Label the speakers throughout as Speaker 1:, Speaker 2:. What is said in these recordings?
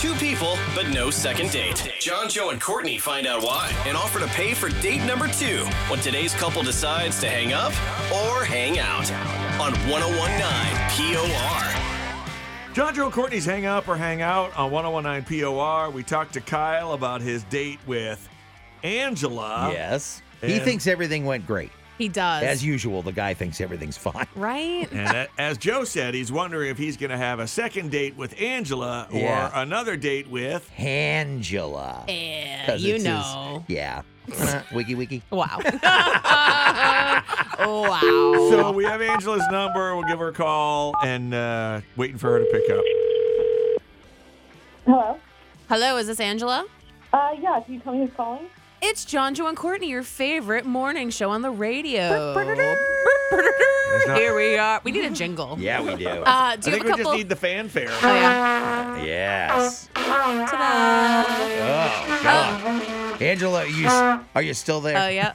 Speaker 1: Two people, but no second date. John, Joe, and Courtney find out why and offer to pay for date number two when today's couple decides to hang up or hang out on 1019 POR.
Speaker 2: John Joe and Courtney's Hang Up or Hang Out on 1019 POR. We talked to Kyle about his date with Angela.
Speaker 3: yes. He
Speaker 2: and-
Speaker 3: thinks everything went great.
Speaker 4: He does.
Speaker 3: As usual, the guy thinks everything's fine.
Speaker 4: right?
Speaker 2: And a- as Joe said, he's wondering if he's going to have a second date with Angela or
Speaker 3: Yeah.
Speaker 2: another date with.
Speaker 3: Angela.
Speaker 4: Eh,
Speaker 3: 'Cause
Speaker 4: you
Speaker 3: it's his-
Speaker 4: know.
Speaker 3: yeah. Uh, wiki wiki.
Speaker 4: Wow. wow.
Speaker 2: So we have Angela's number. We'll give her a call and uh, waiting for her to pick up.
Speaker 5: Hello.
Speaker 4: Hello, is this Angela?
Speaker 5: Uh, yeah. Can you tell me who's calling?
Speaker 4: It's John, Joe, and Courtney, your favorite morning show on the radio.
Speaker 2: not-
Speaker 4: Here we are. We need a jingle.
Speaker 3: Yeah, we do.
Speaker 4: Uh,
Speaker 2: I
Speaker 4: do you
Speaker 2: think we
Speaker 4: have a
Speaker 2: just
Speaker 4: couple?
Speaker 2: need the fanfare.
Speaker 4: Oh, yeah.
Speaker 3: yes.
Speaker 4: Ta-da.
Speaker 3: Oh, God. Angela, are you, s- are you still there?
Speaker 4: Oh, yeah.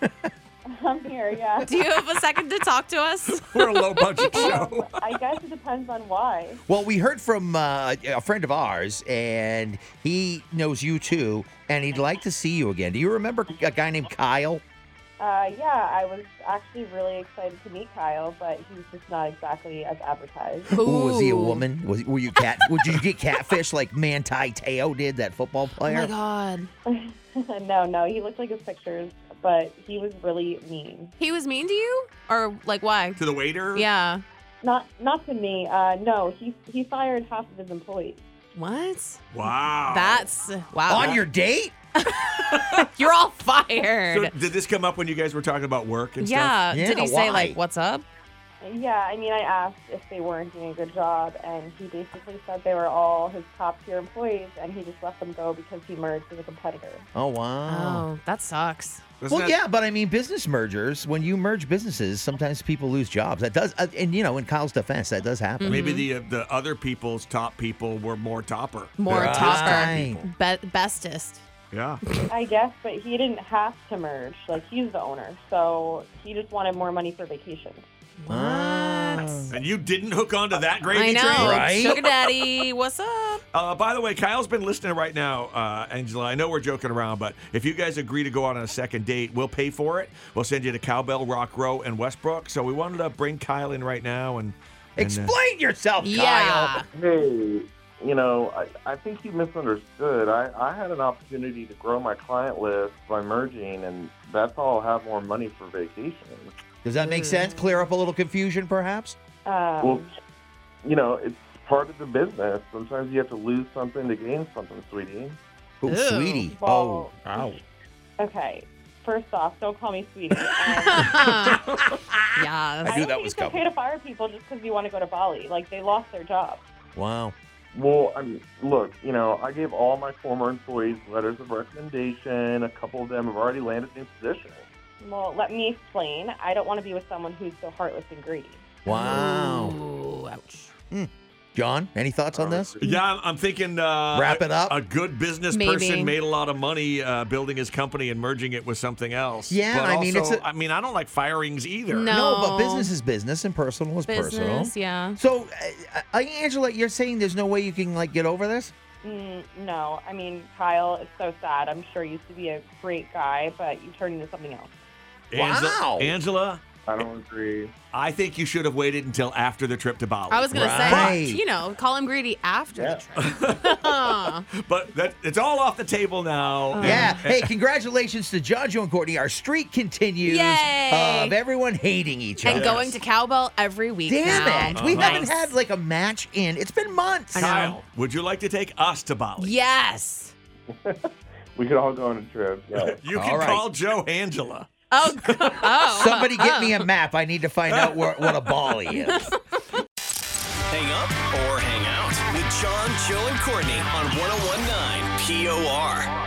Speaker 5: I'm here. Yeah.
Speaker 4: Do you have a second to talk to us?
Speaker 2: We're a low budget show.
Speaker 5: I guess it depends on why.
Speaker 3: Well, we heard from uh, a friend of ours, and he knows you too, and he'd like to see you again. Do you remember a guy named Kyle?
Speaker 5: Uh, yeah. I was actually really excited to meet Kyle, but he's just not exactly as advertised.
Speaker 3: Ooh, was he a
Speaker 4: Ooh.
Speaker 3: woman? Was, were you cat? would you get catfish like Manti Teo did, that football
Speaker 4: Oh, my
Speaker 3: player?
Speaker 4: God.
Speaker 5: no, no. He looked like his pictures, but he was really mean.
Speaker 4: He was mean to you? Or, like, why?
Speaker 2: to the waiter.
Speaker 4: Yeah.
Speaker 5: Not, not to me. Uh, no. He he fired half of his employees.
Speaker 4: What?
Speaker 2: Wow.
Speaker 4: That's wow.
Speaker 3: Uh, On your date?
Speaker 4: You're all
Speaker 2: So
Speaker 4: fired.
Speaker 2: did this come up when you guys were talking about work and stuff?
Speaker 4: yeah.
Speaker 3: Yeah,
Speaker 4: Did he
Speaker 3: why?
Speaker 4: say like, "What's up"?
Speaker 5: Yeah, I mean, I asked if they weren't doing a good job, and he basically said they were all his top tier employees, and he just let them go because he merged with a competitor.
Speaker 3: Oh wow.
Speaker 4: Oh, that sucks.
Speaker 2: Doesn't
Speaker 3: Well,
Speaker 2: that-
Speaker 3: yeah, but I mean, business mergers. When you merge businesses, sometimes people lose jobs. That does, uh, and you know, in Kyle's defense, that does happen.
Speaker 4: Mm-hmm.
Speaker 2: Maybe the uh, the other people's top people were more topper.
Speaker 4: More
Speaker 2: They're
Speaker 4: topper.
Speaker 2: just top people.
Speaker 4: Be- bestest.
Speaker 2: Yeah.
Speaker 5: I guess, but he didn't have to merge. Like, he's the owner, so he just wanted more money for vacation.
Speaker 4: What?
Speaker 2: And you didn't hook onto that gravy
Speaker 4: I know.
Speaker 2: train?
Speaker 3: Right?
Speaker 4: Sugar daddy, what's up?
Speaker 2: Uh, by the way, Kyle's been listening right now, uh, Angela. I know we're joking around, but if you guys agree to go out on a second date, we'll pay for it. We'll send you to Cowbell, Rock Row, and Westbrook. So we wanted to bring Kyle in right now and. and, uh,
Speaker 3: Explain yourself, Kyle.
Speaker 4: Yeah.
Speaker 6: hey, you know, I, I think you misunderstood. I, I had an opportunity to grow my client list by merging, and that's how I'll have more money for vacation.
Speaker 3: Does that make sense? Clear up a little confusion, perhaps.
Speaker 5: Um,
Speaker 6: Well, you know, it's part of the business. Sometimes you have to lose something to gain something, sweetie.
Speaker 3: Oh,
Speaker 4: Ew.
Speaker 3: sweetie. oh,
Speaker 5: well,
Speaker 3: wow.
Speaker 5: okay. First off, don't call me sweetie. Um,
Speaker 3: I
Speaker 4: yeah.
Speaker 3: knew
Speaker 5: don't
Speaker 3: that
Speaker 5: think
Speaker 3: was
Speaker 5: it's okay
Speaker 3: coming.
Speaker 5: to fire people just because you want to go to Bali. Like, they lost their job.
Speaker 3: Wow.
Speaker 6: Well, I mean, look, you know, I gave all my former employees letters of recommendation. A couple of them have already landed new positions.
Speaker 5: Well, let me explain. I don't want to be with someone who's so heartless and greedy.
Speaker 3: Wow.
Speaker 4: Ooh, ouch.
Speaker 3: John, any thoughts on this?
Speaker 2: Yeah, I'm, I'm thinking. Uh,
Speaker 3: Wrap it up?
Speaker 2: A, a good business
Speaker 4: Maybe.
Speaker 2: person made a lot of money uh, building his company and merging it with something else.
Speaker 3: Yeah,
Speaker 2: but
Speaker 3: I mean,
Speaker 2: also,
Speaker 3: it's a-
Speaker 2: I mean, I don't like firings either.
Speaker 4: No.
Speaker 3: but business is business and personal is personal.
Speaker 4: Business, yeah.
Speaker 3: So, uh, uh, Angela, you're saying there's no way you can like get over this?
Speaker 5: Mm, no, I mean, Kyle is so sad. I'm sure you used to be a great guy, but you turned into something else.
Speaker 2: Angela,
Speaker 3: Wow.
Speaker 2: Angela,
Speaker 6: I don't agree.
Speaker 2: I think you should have waited until after the trip to Bali.
Speaker 4: I was gonna
Speaker 3: Oh, Right.
Speaker 4: say, you know, call him greedy after
Speaker 6: Yeah.
Speaker 4: the trip. Aw.
Speaker 2: But that it's all off the table now. And-
Speaker 3: Yeah. Hey, congratulations to John, Joe, and Courtney. Our streak continues
Speaker 4: Yay.
Speaker 3: of everyone hating each
Speaker 4: and
Speaker 3: other.
Speaker 4: going to cowbell every week.
Speaker 3: Damn
Speaker 4: now.
Speaker 3: it. We
Speaker 2: Uh-huh.
Speaker 3: haven't had like a match in. It's been months.
Speaker 4: I know.
Speaker 2: Kyle, would you like to take us to Bali?
Speaker 4: Yes.
Speaker 6: We could all go on a trip. Yeah.
Speaker 2: You
Speaker 3: All
Speaker 2: can
Speaker 3: right.
Speaker 2: call Joe Angela.
Speaker 4: Oh. g- oh.
Speaker 3: Somebody get me a map. I need to find out where, what a Bali is.
Speaker 1: Hang oh up or hang out with John, Joe, and Courtney on 1019 POR.